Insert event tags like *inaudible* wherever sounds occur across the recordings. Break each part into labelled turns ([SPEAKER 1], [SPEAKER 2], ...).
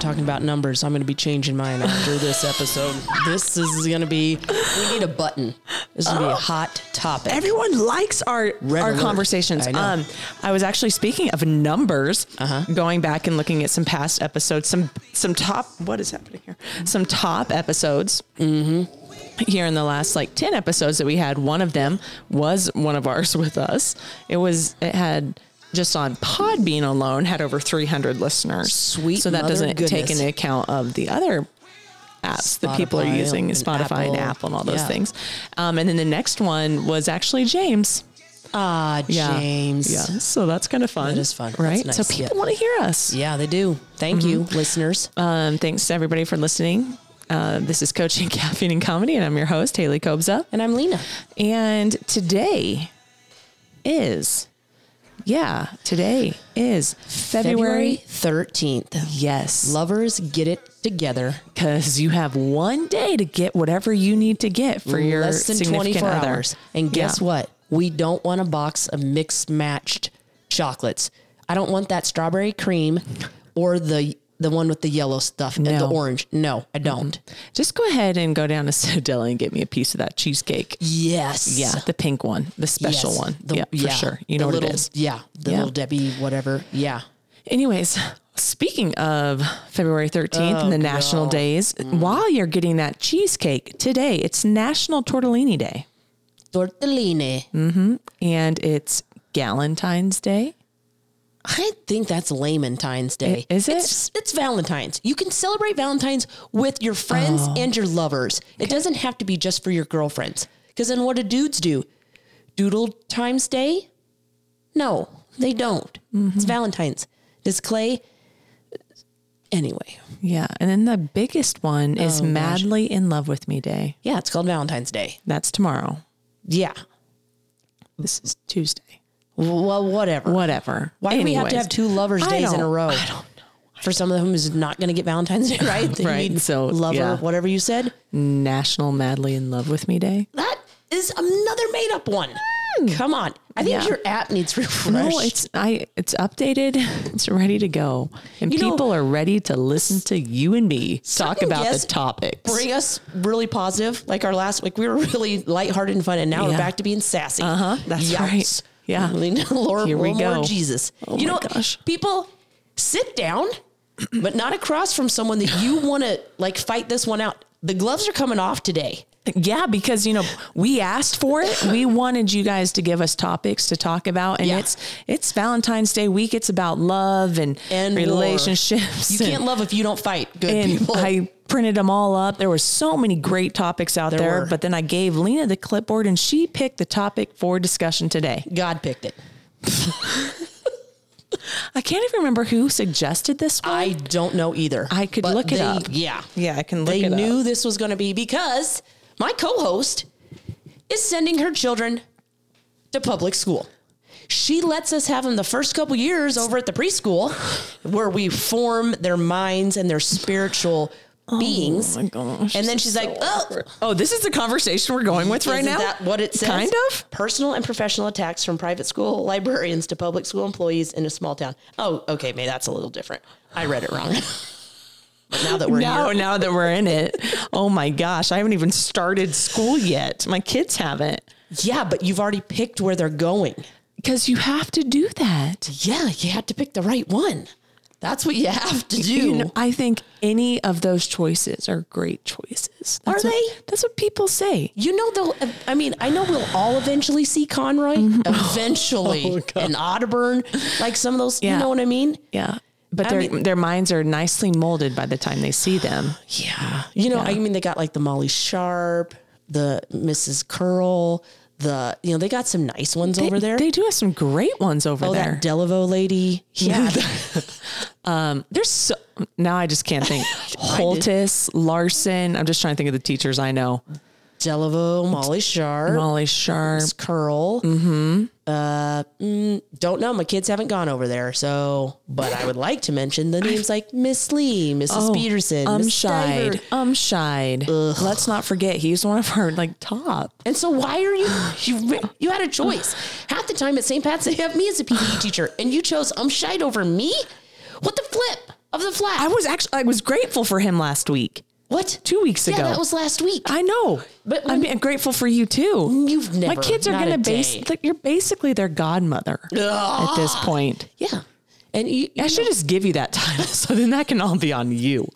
[SPEAKER 1] talking about numbers. I'm going to be changing mine after this episode. This is going to be, we need a button. This is going to be a hot topic.
[SPEAKER 2] Everyone likes our
[SPEAKER 1] Red
[SPEAKER 2] our
[SPEAKER 1] alert.
[SPEAKER 2] conversations.
[SPEAKER 1] I know. Uh-huh.
[SPEAKER 2] Um, I was actually speaking of numbers, going back and looking at some past episodes, some some top. What is happening here? Some top episodes.
[SPEAKER 1] Mm-hmm.
[SPEAKER 2] Here in the last like ten episodes that we had, one of them was one of ours *laughs* with us. It was it had just on Podbean alone had over three hundred listeners.
[SPEAKER 1] Sweet
[SPEAKER 2] So that
[SPEAKER 1] mother
[SPEAKER 2] doesn't take
[SPEAKER 1] goodness.
[SPEAKER 2] into account of the other apps that people are
[SPEAKER 1] Spotify
[SPEAKER 2] using,
[SPEAKER 1] and
[SPEAKER 2] Spotify
[SPEAKER 1] Apple.
[SPEAKER 2] and Apple and all those
[SPEAKER 1] Yeah.
[SPEAKER 2] things. Um, and then the next one was actually James.
[SPEAKER 1] Ah, James.
[SPEAKER 2] Yeah. So that's kind of fun.
[SPEAKER 1] That is fun. That's
[SPEAKER 2] Right.
[SPEAKER 1] nice.
[SPEAKER 2] So people
[SPEAKER 1] Yeah.
[SPEAKER 2] want to hear us.
[SPEAKER 1] Yeah, they do. Thank you,
[SPEAKER 2] Mm-hmm.
[SPEAKER 1] listeners.
[SPEAKER 2] Um, thanks to everybody for listening. Uh, this is Coaching *laughs* Caffeine and Comedy, and I'm your host, Haley Kobza.
[SPEAKER 1] And I'm Lena.
[SPEAKER 2] And today is, yeah, today is February.
[SPEAKER 1] February 13th.
[SPEAKER 2] Yes.
[SPEAKER 1] Lovers get it together.
[SPEAKER 2] Because you have one day to get whatever you need to get for your
[SPEAKER 1] less than
[SPEAKER 2] significant
[SPEAKER 1] 24
[SPEAKER 2] other.
[SPEAKER 1] hours. And guess
[SPEAKER 2] Yeah.
[SPEAKER 1] what? We don't want a box of mixed matched chocolates. I don't want that strawberry cream or the the one with the yellow stuff and the
[SPEAKER 2] No. Mm-hmm.
[SPEAKER 1] orange. No, I don't.
[SPEAKER 2] Just go ahead and go down to *laughs* Sodella and get me a piece of that cheesecake.
[SPEAKER 1] Yes.
[SPEAKER 2] Yeah, the pink one, the
[SPEAKER 1] Yes.
[SPEAKER 2] special one.
[SPEAKER 1] The-
[SPEAKER 2] yeah, for sure. You
[SPEAKER 1] The
[SPEAKER 2] know what
[SPEAKER 1] little,
[SPEAKER 2] it is.
[SPEAKER 1] Yeah. The
[SPEAKER 2] Yeah.
[SPEAKER 1] little Debbie, whatever. Yeah.
[SPEAKER 2] Anyways, speaking of February 13th and the
[SPEAKER 1] Oh,
[SPEAKER 2] national days,
[SPEAKER 1] Mm.
[SPEAKER 2] while you're getting that cheesecake today, it's National Tortellini Day
[SPEAKER 1] Tortellini.
[SPEAKER 2] and it's Galentine's Day.
[SPEAKER 1] I think that's Lamentine's Day.
[SPEAKER 2] I- is it?
[SPEAKER 1] It's, it's Valentine's. You can celebrate Valentine's with your friends
[SPEAKER 2] Oh.
[SPEAKER 1] and your lovers. It doesn't have to be just for your girlfriends. Because then what do dudes do? Doodle Times Day? No, they don't.
[SPEAKER 2] Mm-hmm.
[SPEAKER 1] It's Valentine's. Does Clay? Anyway,
[SPEAKER 2] Yeah. And then the biggest one is
[SPEAKER 1] Oh,
[SPEAKER 2] Madly in Love with Me Day.
[SPEAKER 1] yeah, it's called Valentine's Day.
[SPEAKER 2] That's tomorrow.
[SPEAKER 1] Yeah.
[SPEAKER 2] This is Tuesday.
[SPEAKER 1] Well, whatever.
[SPEAKER 2] Whatever.
[SPEAKER 1] Why do we have to
[SPEAKER 2] Anyways.
[SPEAKER 1] have two lovers'
[SPEAKER 2] I
[SPEAKER 1] days in a
[SPEAKER 2] don't-
[SPEAKER 1] row?
[SPEAKER 2] I don't
[SPEAKER 1] For some of whom is not going to get Valentine's Day,
[SPEAKER 2] *laughs*
[SPEAKER 1] right? They
[SPEAKER 2] Right,
[SPEAKER 1] need
[SPEAKER 2] so,
[SPEAKER 1] lover,
[SPEAKER 2] yeah.
[SPEAKER 1] whatever you said.
[SPEAKER 2] National Madly in Love with Me Day.
[SPEAKER 1] That is another made up one. Come on. I think
[SPEAKER 2] Mm. Yeah.
[SPEAKER 1] your app needs refreshed.
[SPEAKER 2] No, it's I it's updated. *laughs* It's ready to go. And
[SPEAKER 1] You know-
[SPEAKER 2] people are ready to listen to you and me talk
[SPEAKER 1] Certain
[SPEAKER 2] about
[SPEAKER 1] guests
[SPEAKER 2] the topics.
[SPEAKER 1] bring us really positive. Like our last, like we were really lighthearted and fun, and now we're
[SPEAKER 2] Yeah. Uh-huh.
[SPEAKER 1] back to being sassy. Uh huh.
[SPEAKER 2] that's right. Yeah.
[SPEAKER 1] *laughs* Lord,
[SPEAKER 2] Here we
[SPEAKER 1] Lord, Lord
[SPEAKER 2] go.
[SPEAKER 1] Jesus.
[SPEAKER 2] Oh
[SPEAKER 1] you
[SPEAKER 2] my
[SPEAKER 1] know,
[SPEAKER 2] gosh.
[SPEAKER 1] people sit down, but not across from someone that you want to like fight this one out. The gloves are coming off today.
[SPEAKER 2] Yeah, because you know, we asked for it. We wanted you guys to give us topics to talk about and
[SPEAKER 1] Yeah.
[SPEAKER 2] it's it's Valentine's Day week. It's about love and,
[SPEAKER 1] And war.
[SPEAKER 2] relationships.
[SPEAKER 1] You
[SPEAKER 2] and-
[SPEAKER 1] can't love if you don't fight. Good
[SPEAKER 2] and
[SPEAKER 1] people.
[SPEAKER 2] I printed them all up. There were so many great topics out there,
[SPEAKER 1] were.
[SPEAKER 2] but then I gave Lena the clipboard and she picked the topic for discussion today.
[SPEAKER 1] God picked it.
[SPEAKER 2] I can't even remember who suggested this one.
[SPEAKER 1] I don't know either.
[SPEAKER 2] I could
[SPEAKER 1] But
[SPEAKER 2] look it
[SPEAKER 1] they-
[SPEAKER 2] up.
[SPEAKER 1] Yeah.
[SPEAKER 2] Yeah, I can look
[SPEAKER 1] they
[SPEAKER 2] it up.
[SPEAKER 1] knew this was going to be because my co-host is sending her children to public school. She lets us have them the first couple years over at the preschool where we form their minds and their spiritual beings.
[SPEAKER 2] Oh my gosh.
[SPEAKER 1] And then she's like, "Oh,
[SPEAKER 2] Oh, this is the conversation we're going with right
[SPEAKER 1] Isn't
[SPEAKER 2] now.
[SPEAKER 1] that what it says?
[SPEAKER 2] Kind of.
[SPEAKER 1] Personal and professional attacks from private school librarians to public school employees in a small town. Oh, okay, maybe that's a little different. I read it wrong. *laughs* but now that we're
[SPEAKER 2] No,
[SPEAKER 1] here,
[SPEAKER 2] now that we're in it. Oh my gosh, I haven't even started school yet. My kids haven't.
[SPEAKER 1] yeah, but you've already picked where they're going.
[SPEAKER 2] Because you have to do that.
[SPEAKER 1] Yeah, you had to pick the right one. That's what you have to do.
[SPEAKER 2] You know, I think any of those choices are great choices. That's
[SPEAKER 1] Are
[SPEAKER 2] what-
[SPEAKER 1] they?
[SPEAKER 2] That's what people say.
[SPEAKER 1] You know, though, I mean, I know we'll all eventually see Conroy, *laughs* eventually, and Otterburn, like some of those, you
[SPEAKER 2] Yeah.
[SPEAKER 1] know what I mean?
[SPEAKER 2] Yeah. But
[SPEAKER 1] I
[SPEAKER 2] their
[SPEAKER 1] mean-
[SPEAKER 2] their minds are nicely molded by the time they see them.
[SPEAKER 1] Yeah. You know, I mean, they got like the Molly Sharp, the Mrs. Curl, the, you know, they got some nice ones over there.
[SPEAKER 2] *gasps* They do have some great ones over
[SPEAKER 1] oh,
[SPEAKER 2] there.
[SPEAKER 1] that Delaveau lady. *laughs* Yeah.
[SPEAKER 2] There's so now *laughs* I just can't think. Holtis, Larson. I'm just trying to think of the teachers I know.
[SPEAKER 1] Delaveau, Molly Sharp,
[SPEAKER 2] Molly Sharp.
[SPEAKER 1] Curl. Mm-hmm. Uh, mm, don't know. My kids haven't gone over there. So, but I would like to mention the names like Miss Lee, Mrs.
[SPEAKER 2] Oh,
[SPEAKER 1] Peterson, Miss
[SPEAKER 2] Umshide.
[SPEAKER 1] Stiver.
[SPEAKER 2] Umshide. Let's not forget he's one of our like top.
[SPEAKER 1] And so why are you, you, you had a choice. Half E the time at St. Pat's, they have me as a PE teacher and you chose Umshite over me? What the flip? of the flat.
[SPEAKER 2] I was actually I was grateful for him last week,
[SPEAKER 1] what?
[SPEAKER 2] two weeks
[SPEAKER 1] Yeah,
[SPEAKER 2] ago.
[SPEAKER 1] that was last week.
[SPEAKER 2] I know,
[SPEAKER 1] But
[SPEAKER 2] but
[SPEAKER 1] when-
[SPEAKER 2] I'm, I'm grateful for you too.
[SPEAKER 1] You've never-
[SPEAKER 2] My kids are
[SPEAKER 1] not a
[SPEAKER 2] gonna base.
[SPEAKER 1] day.
[SPEAKER 2] Like, you're basically their godmother at this point.
[SPEAKER 1] yeah. And you,
[SPEAKER 2] I should just give you that title, *laughs* so then that can all be on you.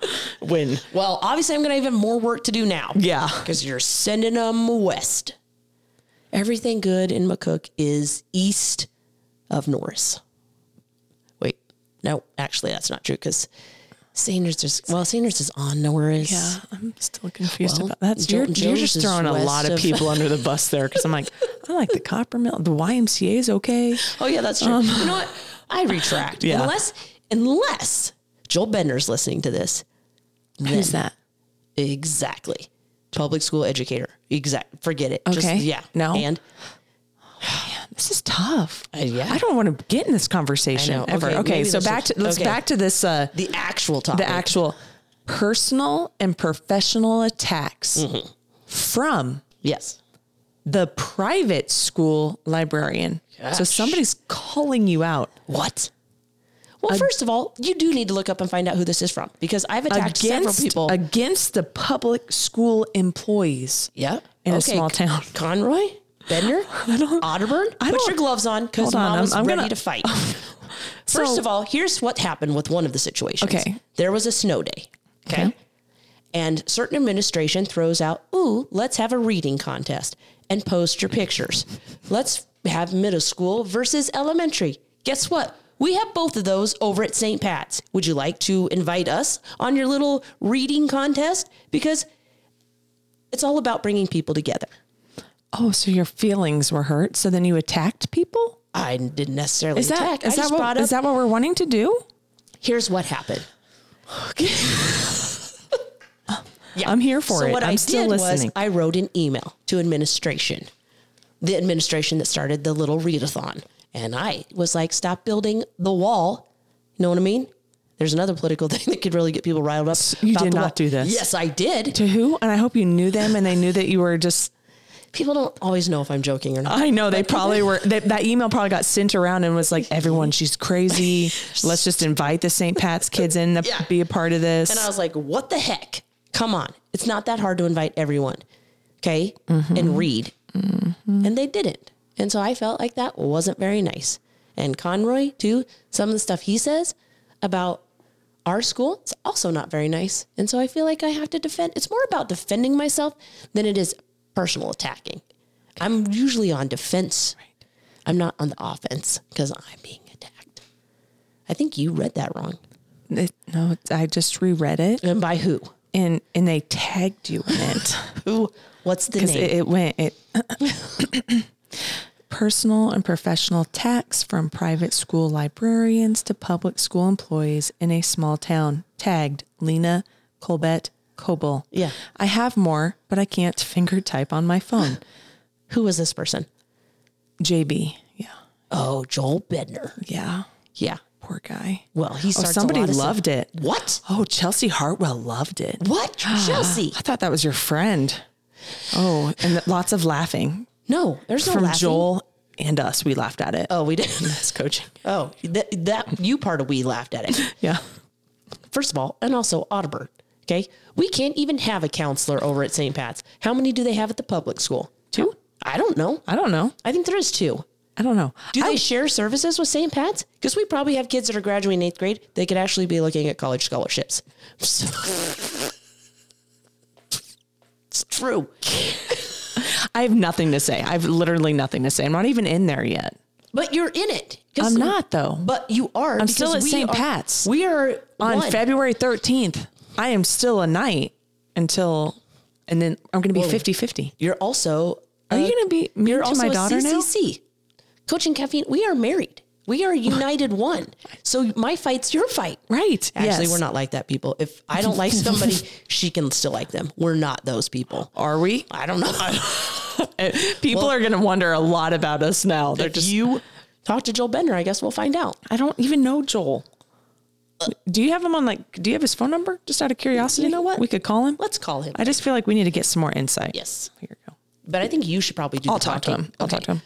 [SPEAKER 2] When
[SPEAKER 1] well, obviously, I'm going to have even more work to do now.
[SPEAKER 2] Yeah.
[SPEAKER 1] Because you're sending them west. Everything good in McCook is east of Norris. Wait, no, actually, that's not true because Sanders is, well, Sanders is on Norris.
[SPEAKER 2] yeah, I'm still confused
[SPEAKER 1] Well,
[SPEAKER 2] about that's you're,
[SPEAKER 1] Jolton
[SPEAKER 2] you're
[SPEAKER 1] Jones
[SPEAKER 2] just
[SPEAKER 1] is
[SPEAKER 2] throwing a
[SPEAKER 1] west
[SPEAKER 2] lot of
[SPEAKER 1] of-
[SPEAKER 2] people under the bus there because I'm *laughs* like, I like the copper mill, the YMCA is okay.
[SPEAKER 1] Oh yeah, that's true. you know what? I retract.
[SPEAKER 2] Um, *laughs* Yeah.
[SPEAKER 1] Unless unless Joel Bender's listening to this.
[SPEAKER 2] Who's that?
[SPEAKER 1] Exactly. Public school educator. Exact. Forget it.
[SPEAKER 2] Okay.
[SPEAKER 1] yeah.
[SPEAKER 2] No.
[SPEAKER 1] And
[SPEAKER 2] This is tough.
[SPEAKER 1] Uh, yeah.
[SPEAKER 2] I don't want to get in this conversation
[SPEAKER 1] know.
[SPEAKER 2] ever.
[SPEAKER 1] Okay,
[SPEAKER 2] Okay,
[SPEAKER 1] maybe
[SPEAKER 2] so
[SPEAKER 1] that's
[SPEAKER 2] back
[SPEAKER 1] just-
[SPEAKER 2] to let's
[SPEAKER 1] okay.
[SPEAKER 2] back to this uh,
[SPEAKER 1] the actual topic.
[SPEAKER 2] the actual personal and professional attacks
[SPEAKER 1] Mm-hmm.
[SPEAKER 2] from
[SPEAKER 1] Yes.
[SPEAKER 2] the private school librarian. So
[SPEAKER 1] Gosh.
[SPEAKER 2] somebody's calling you out
[SPEAKER 1] What? Well, first of all, you do need to look up and find out who this is from because I've attacked several
[SPEAKER 2] against
[SPEAKER 1] people.
[SPEAKER 2] against the public school employees.
[SPEAKER 1] yeah.
[SPEAKER 2] in a small town.
[SPEAKER 1] Conroy,
[SPEAKER 2] *laughs*
[SPEAKER 1] Bender, Otterburn,
[SPEAKER 2] I
[SPEAKER 1] put
[SPEAKER 2] don't-
[SPEAKER 1] your gloves on because
[SPEAKER 2] Hold on,
[SPEAKER 1] mom
[SPEAKER 2] I'm-
[SPEAKER 1] was
[SPEAKER 2] I'm
[SPEAKER 1] ready
[SPEAKER 2] gonna-
[SPEAKER 1] to
[SPEAKER 2] *laughs*
[SPEAKER 1] fight. *laughs* First
[SPEAKER 2] So-
[SPEAKER 1] of all, here's what happened with one of the situations.
[SPEAKER 2] Okay.
[SPEAKER 1] There was a snow day. Okay. And certain administration throws out, ooh, let's have a reading contest and post your pictures. Let's have middle school versus elementary. Guess what? We have both of those over at St. Pat's. Would you like to invite us on your little reading contest? Because it's all about bringing people together.
[SPEAKER 2] Oh, so your feelings were hurt. So then you attacked people.
[SPEAKER 1] I didn't necessarily
[SPEAKER 2] Is that
[SPEAKER 1] attack.
[SPEAKER 2] is
[SPEAKER 1] I
[SPEAKER 2] that
[SPEAKER 1] just
[SPEAKER 2] what
[SPEAKER 1] brought
[SPEAKER 2] is
[SPEAKER 1] up,
[SPEAKER 2] that what we're wanting to do?
[SPEAKER 1] here's what happened. Yeah.
[SPEAKER 2] I'm here for
[SPEAKER 1] so
[SPEAKER 2] it.
[SPEAKER 1] What
[SPEAKER 2] I'm
[SPEAKER 1] I
[SPEAKER 2] still
[SPEAKER 1] did
[SPEAKER 2] listening.
[SPEAKER 1] was I wrote an email to administration, the administration that started the little readathon, and I was like, "Stop building the wall." You know what I mean? There's another political *laughs* thing that could really get people riled up.
[SPEAKER 2] you
[SPEAKER 1] about
[SPEAKER 2] did
[SPEAKER 1] the
[SPEAKER 2] not
[SPEAKER 1] wall.
[SPEAKER 2] do this.
[SPEAKER 1] Yes, I did.
[SPEAKER 2] to who? And I hope you knew them, and they knew that you were just
[SPEAKER 1] People don't always know if I'm joking or not.
[SPEAKER 2] I know they probably were. That, that email probably got sent around and was like, "Everyone, she's crazy. Let's just invite the St. Pat's kids in to
[SPEAKER 1] Yeah.
[SPEAKER 2] be a part of this."
[SPEAKER 1] And uh, I was like, "What the heck? Come on! It's not that hard to invite everyone, okay? And read." And they didn't. And so I felt like that wasn't very nice. And Conroy, too, some of the stuff he says about our school, it's also not very nice. And so I feel like I have to defend. It's more about defending myself than it is personal attacking. I'm usually on defense. I'm not on the offense because I'm being attacked. I think you read that wrong.
[SPEAKER 2] It- no, I just reread it,
[SPEAKER 1] And by who?
[SPEAKER 2] and and they tagged you in it
[SPEAKER 1] Who? What's the
[SPEAKER 2] because
[SPEAKER 1] name?
[SPEAKER 2] it, it went it. *coughs* Personal and professional tax from private school librarians to public school employees in a small town. Tagged Lena Colbett Coble.
[SPEAKER 1] Yeah.
[SPEAKER 2] I have more, but I can't finger type on
[SPEAKER 1] *laughs*
[SPEAKER 2] my phone.
[SPEAKER 1] who was this person?
[SPEAKER 2] JB. Yeah.
[SPEAKER 1] Oh, Joel Bedner.
[SPEAKER 2] Yeah.
[SPEAKER 1] Yeah.
[SPEAKER 2] Poor guy.
[SPEAKER 1] Well, he
[SPEAKER 2] Oh,
[SPEAKER 1] starts a
[SPEAKER 2] somebody
[SPEAKER 1] lot of stuff-
[SPEAKER 2] loved it.
[SPEAKER 1] What?
[SPEAKER 2] Oh, Chelsea Hartwell loved it. *gasps*
[SPEAKER 1] What? Chelsea?
[SPEAKER 2] I thought that was your friend. Oh, and th- lots of laughing
[SPEAKER 1] No, there's no
[SPEAKER 2] from
[SPEAKER 1] laughing.
[SPEAKER 2] Joel and us. We laughed at it.
[SPEAKER 1] Oh, we did. *laughs* That's coaching. Oh, that, that you part of we laughed at *laughs* it.
[SPEAKER 2] Yeah.
[SPEAKER 1] First of all, and also Audubon. Okay, we can't even have a counselor over at St. Pat's. How many do they have at the public school? Two. I don't know.
[SPEAKER 2] I don't know.
[SPEAKER 1] I think there is two.
[SPEAKER 2] I don't know.
[SPEAKER 1] Do they share services with St. Pat's? Because we probably have kids that are graduating eighth grade. They could actually be looking at college scholarships. *laughs* it's true.
[SPEAKER 2] I have nothing to say. I have literally nothing to say. I'm not even in there yet.
[SPEAKER 1] But you're in it. 'Cause-
[SPEAKER 2] I'm not, though.
[SPEAKER 1] But you are.
[SPEAKER 2] I'm still at
[SPEAKER 1] because we
[SPEAKER 2] St.
[SPEAKER 1] are-
[SPEAKER 2] Pat's.
[SPEAKER 1] We are
[SPEAKER 2] On
[SPEAKER 1] one.
[SPEAKER 2] February 13th, I am still a knight until, and then I'm going to be Uh, 50 50.
[SPEAKER 1] You're also.
[SPEAKER 2] Are you going to be mean
[SPEAKER 1] You're
[SPEAKER 2] to
[SPEAKER 1] also
[SPEAKER 2] my
[SPEAKER 1] a
[SPEAKER 2] daughter now?
[SPEAKER 1] CCC. Coaching caffeine. We are married. We are *laughs* united one. So my fight's your fight.
[SPEAKER 2] Right.
[SPEAKER 1] Actually,
[SPEAKER 2] yes.
[SPEAKER 1] we're not like that people. If I don't like *laughs* somebody, she can still like them. We're not those people.
[SPEAKER 2] Are we?
[SPEAKER 1] I don't know. *laughs*
[SPEAKER 2] Uh, People are going to wonder a lot about us now. They're
[SPEAKER 1] If
[SPEAKER 2] just
[SPEAKER 1] you talk to Joel Bender. I guess we'll find out.
[SPEAKER 2] I don't even know Joel. Do you have him on like do you have his phone number? Just out of curiosity.
[SPEAKER 1] You know what?
[SPEAKER 2] We could call him.
[SPEAKER 1] Let's call him.
[SPEAKER 2] I just feel like we need to get some more insight.
[SPEAKER 1] yes,
[SPEAKER 2] Here you go.
[SPEAKER 1] but I think you should probably do.
[SPEAKER 2] I'll
[SPEAKER 1] the
[SPEAKER 2] talk to
[SPEAKER 1] talking.
[SPEAKER 2] him. I'll
[SPEAKER 1] Okay.
[SPEAKER 2] talk to him.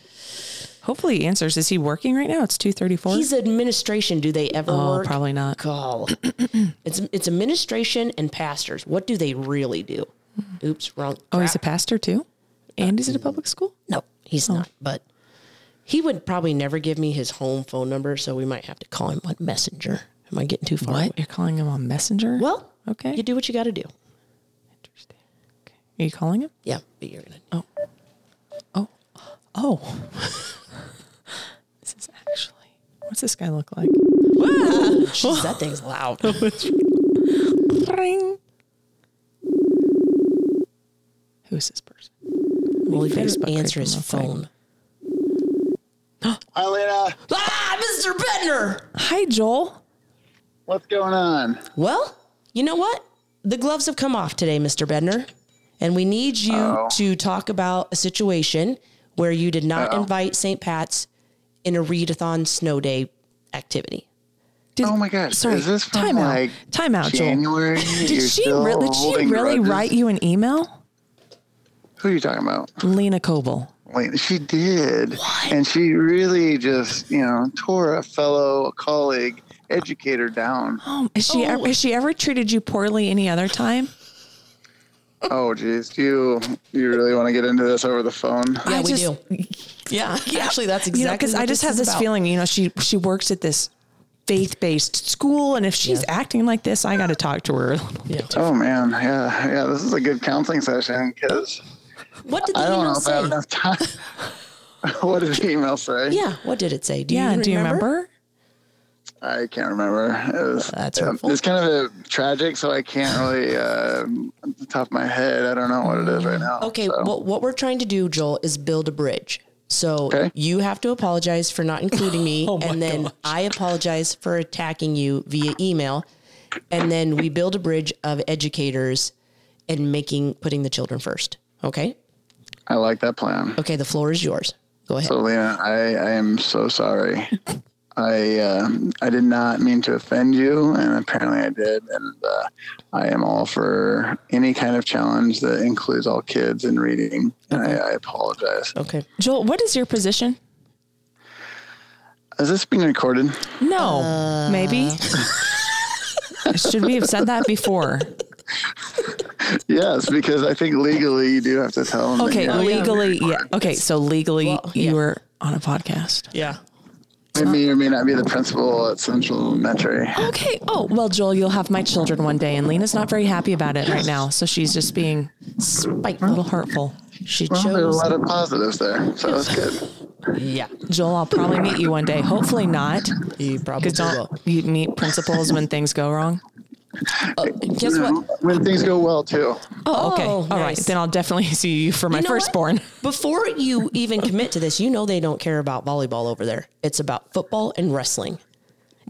[SPEAKER 2] Hopefully he answers. Is he working right now? It's 234.
[SPEAKER 1] He's administration. Do they ever
[SPEAKER 2] oh,
[SPEAKER 1] work?
[SPEAKER 2] probably not.
[SPEAKER 1] Call. *clears throat* it's it's administration and pastors. What do they really do? Oops, wrong.
[SPEAKER 2] Oh,
[SPEAKER 1] crap.
[SPEAKER 2] he's a pastor too? And he's at a public school?
[SPEAKER 1] No, he's
[SPEAKER 2] Oh.
[SPEAKER 1] not. But he would probably never give me his home phone number, so we might have to call him on Messenger. Am I getting too far? away?
[SPEAKER 2] What? You're calling him on Messenger?
[SPEAKER 1] Well,
[SPEAKER 2] Okay.
[SPEAKER 1] You do what you got to do.
[SPEAKER 2] Interesting. Okay. Are you calling him?
[SPEAKER 1] Yeah, but you're gonna. Oh,
[SPEAKER 2] *laughs* Oh. this is actually. What's this guy look
[SPEAKER 1] *laughs*
[SPEAKER 2] like?
[SPEAKER 1] jeez, that thing's loud.
[SPEAKER 2] *laughs* Ring. Who is this person?
[SPEAKER 1] Well, he better
[SPEAKER 2] Facebook
[SPEAKER 1] answer
[SPEAKER 2] creep
[SPEAKER 1] his
[SPEAKER 2] him real
[SPEAKER 1] phone.
[SPEAKER 3] Hi, Lena.
[SPEAKER 1] Ah, Mr. Bettner.
[SPEAKER 2] Hi, Joel.
[SPEAKER 3] What's going on?
[SPEAKER 1] Well, you know what? The gloves have come off today, Mr. Bedner, and we need you
[SPEAKER 3] Oh.
[SPEAKER 1] to talk about a situation where you did not
[SPEAKER 3] Oh.
[SPEAKER 1] invite St. Pat's in a readathon snow day activity.
[SPEAKER 2] Did-
[SPEAKER 3] Oh my gosh,
[SPEAKER 2] Sorry.
[SPEAKER 3] is this from
[SPEAKER 2] time out.
[SPEAKER 3] like
[SPEAKER 2] time out, Joel.
[SPEAKER 3] January?
[SPEAKER 2] Did she, re- did she really write you an email?
[SPEAKER 3] Who are you talking about?
[SPEAKER 2] Lena Coble.
[SPEAKER 3] Like, she did, and she really just you know tore a fellow colleague educator down.
[SPEAKER 2] Oh, has she ever, has she ever treated you poorly any other time?
[SPEAKER 3] Oh geez, do you you really want to get into this over the phone?
[SPEAKER 1] Yeah,
[SPEAKER 2] I
[SPEAKER 1] we
[SPEAKER 2] *laughs* just-
[SPEAKER 1] do. Yeah, *laughs* actually, that's exactly.
[SPEAKER 2] you know, because
[SPEAKER 1] what
[SPEAKER 2] I just have
[SPEAKER 1] is
[SPEAKER 2] this
[SPEAKER 1] about.
[SPEAKER 2] feeling, you know, she she works at this faith based school, and if she's acting like this, I got to talk
[SPEAKER 1] *gasps*
[SPEAKER 2] to her.
[SPEAKER 3] Oh man, yeah, yeah. This is a good counseling session because
[SPEAKER 1] What did the
[SPEAKER 3] I don't
[SPEAKER 1] email
[SPEAKER 3] know if I
[SPEAKER 1] say?
[SPEAKER 3] have enough time. *laughs* what did the email say?
[SPEAKER 2] *laughs*
[SPEAKER 1] Yeah, what did it say? Do
[SPEAKER 2] yeah,
[SPEAKER 1] you remember?
[SPEAKER 2] do you remember?
[SPEAKER 3] I can't remember. It was,
[SPEAKER 1] Uh, That's
[SPEAKER 3] yeah,
[SPEAKER 1] hurtful.
[SPEAKER 3] It's kind of a tragic, so I can't really, uh, at the top of my head, I don't know what it is right now.
[SPEAKER 1] Okay,
[SPEAKER 3] so.
[SPEAKER 1] what what we're trying to do, Joel, is build a bridge. So
[SPEAKER 3] Okay.
[SPEAKER 1] you have to apologize for not including
[SPEAKER 2] *laughs*
[SPEAKER 1] me,
[SPEAKER 2] Oh my
[SPEAKER 1] and then
[SPEAKER 2] gosh.
[SPEAKER 1] I apologize for attacking you via email, and then we build a bridge of educators and making putting the children first. Okay,
[SPEAKER 3] I like that plan.
[SPEAKER 1] okay, the floor is yours. Go ahead.
[SPEAKER 3] So, Lena, I, I am so
[SPEAKER 1] *laughs*
[SPEAKER 3] sorry. I uh, I did not mean to offend you, and apparently I did. And uh, I am all for any kind of challenge that includes all kids in reading. And I, I apologize.
[SPEAKER 1] okay,
[SPEAKER 2] Joel, what is your position?
[SPEAKER 3] Is this being recorded?
[SPEAKER 2] No,
[SPEAKER 1] Uh. *laughs*
[SPEAKER 2] maybe. Should we have said that before?
[SPEAKER 3] yes, because I think legally you do have to tell them. that
[SPEAKER 2] Okay,
[SPEAKER 3] you're not being
[SPEAKER 2] legally, yeah.
[SPEAKER 3] recorded.
[SPEAKER 2] Okay, so legally,
[SPEAKER 1] yeah.
[SPEAKER 2] you were on a podcast.
[SPEAKER 1] yeah.
[SPEAKER 3] I may or may not be the principal at Central Elementary.
[SPEAKER 2] *gasps* Okay. Oh, well, Joel, you'll have my children one day, and Lena's not very happy about it right now, so she's just being spite a little hurtful.
[SPEAKER 1] She
[SPEAKER 3] Well, there's a
[SPEAKER 1] chose.
[SPEAKER 3] lot of positives there, so that's good.
[SPEAKER 1] Yeah,
[SPEAKER 2] Joel, I'll probably meet you one day. Hopefully not.
[SPEAKER 1] you probably
[SPEAKER 2] Because
[SPEAKER 1] will.
[SPEAKER 2] don't you meet principals when things go wrong?
[SPEAKER 1] Guess what?
[SPEAKER 3] When things go well, too.
[SPEAKER 2] Oh, okay.
[SPEAKER 1] Oh,
[SPEAKER 2] All right.
[SPEAKER 1] nice.
[SPEAKER 2] Then I'll definitely *laughs* see you for my
[SPEAKER 1] You know what?
[SPEAKER 2] firstborn. *laughs*
[SPEAKER 1] Before you even commit to this, you know they don't care about volleyball over there. It's about football and wrestling.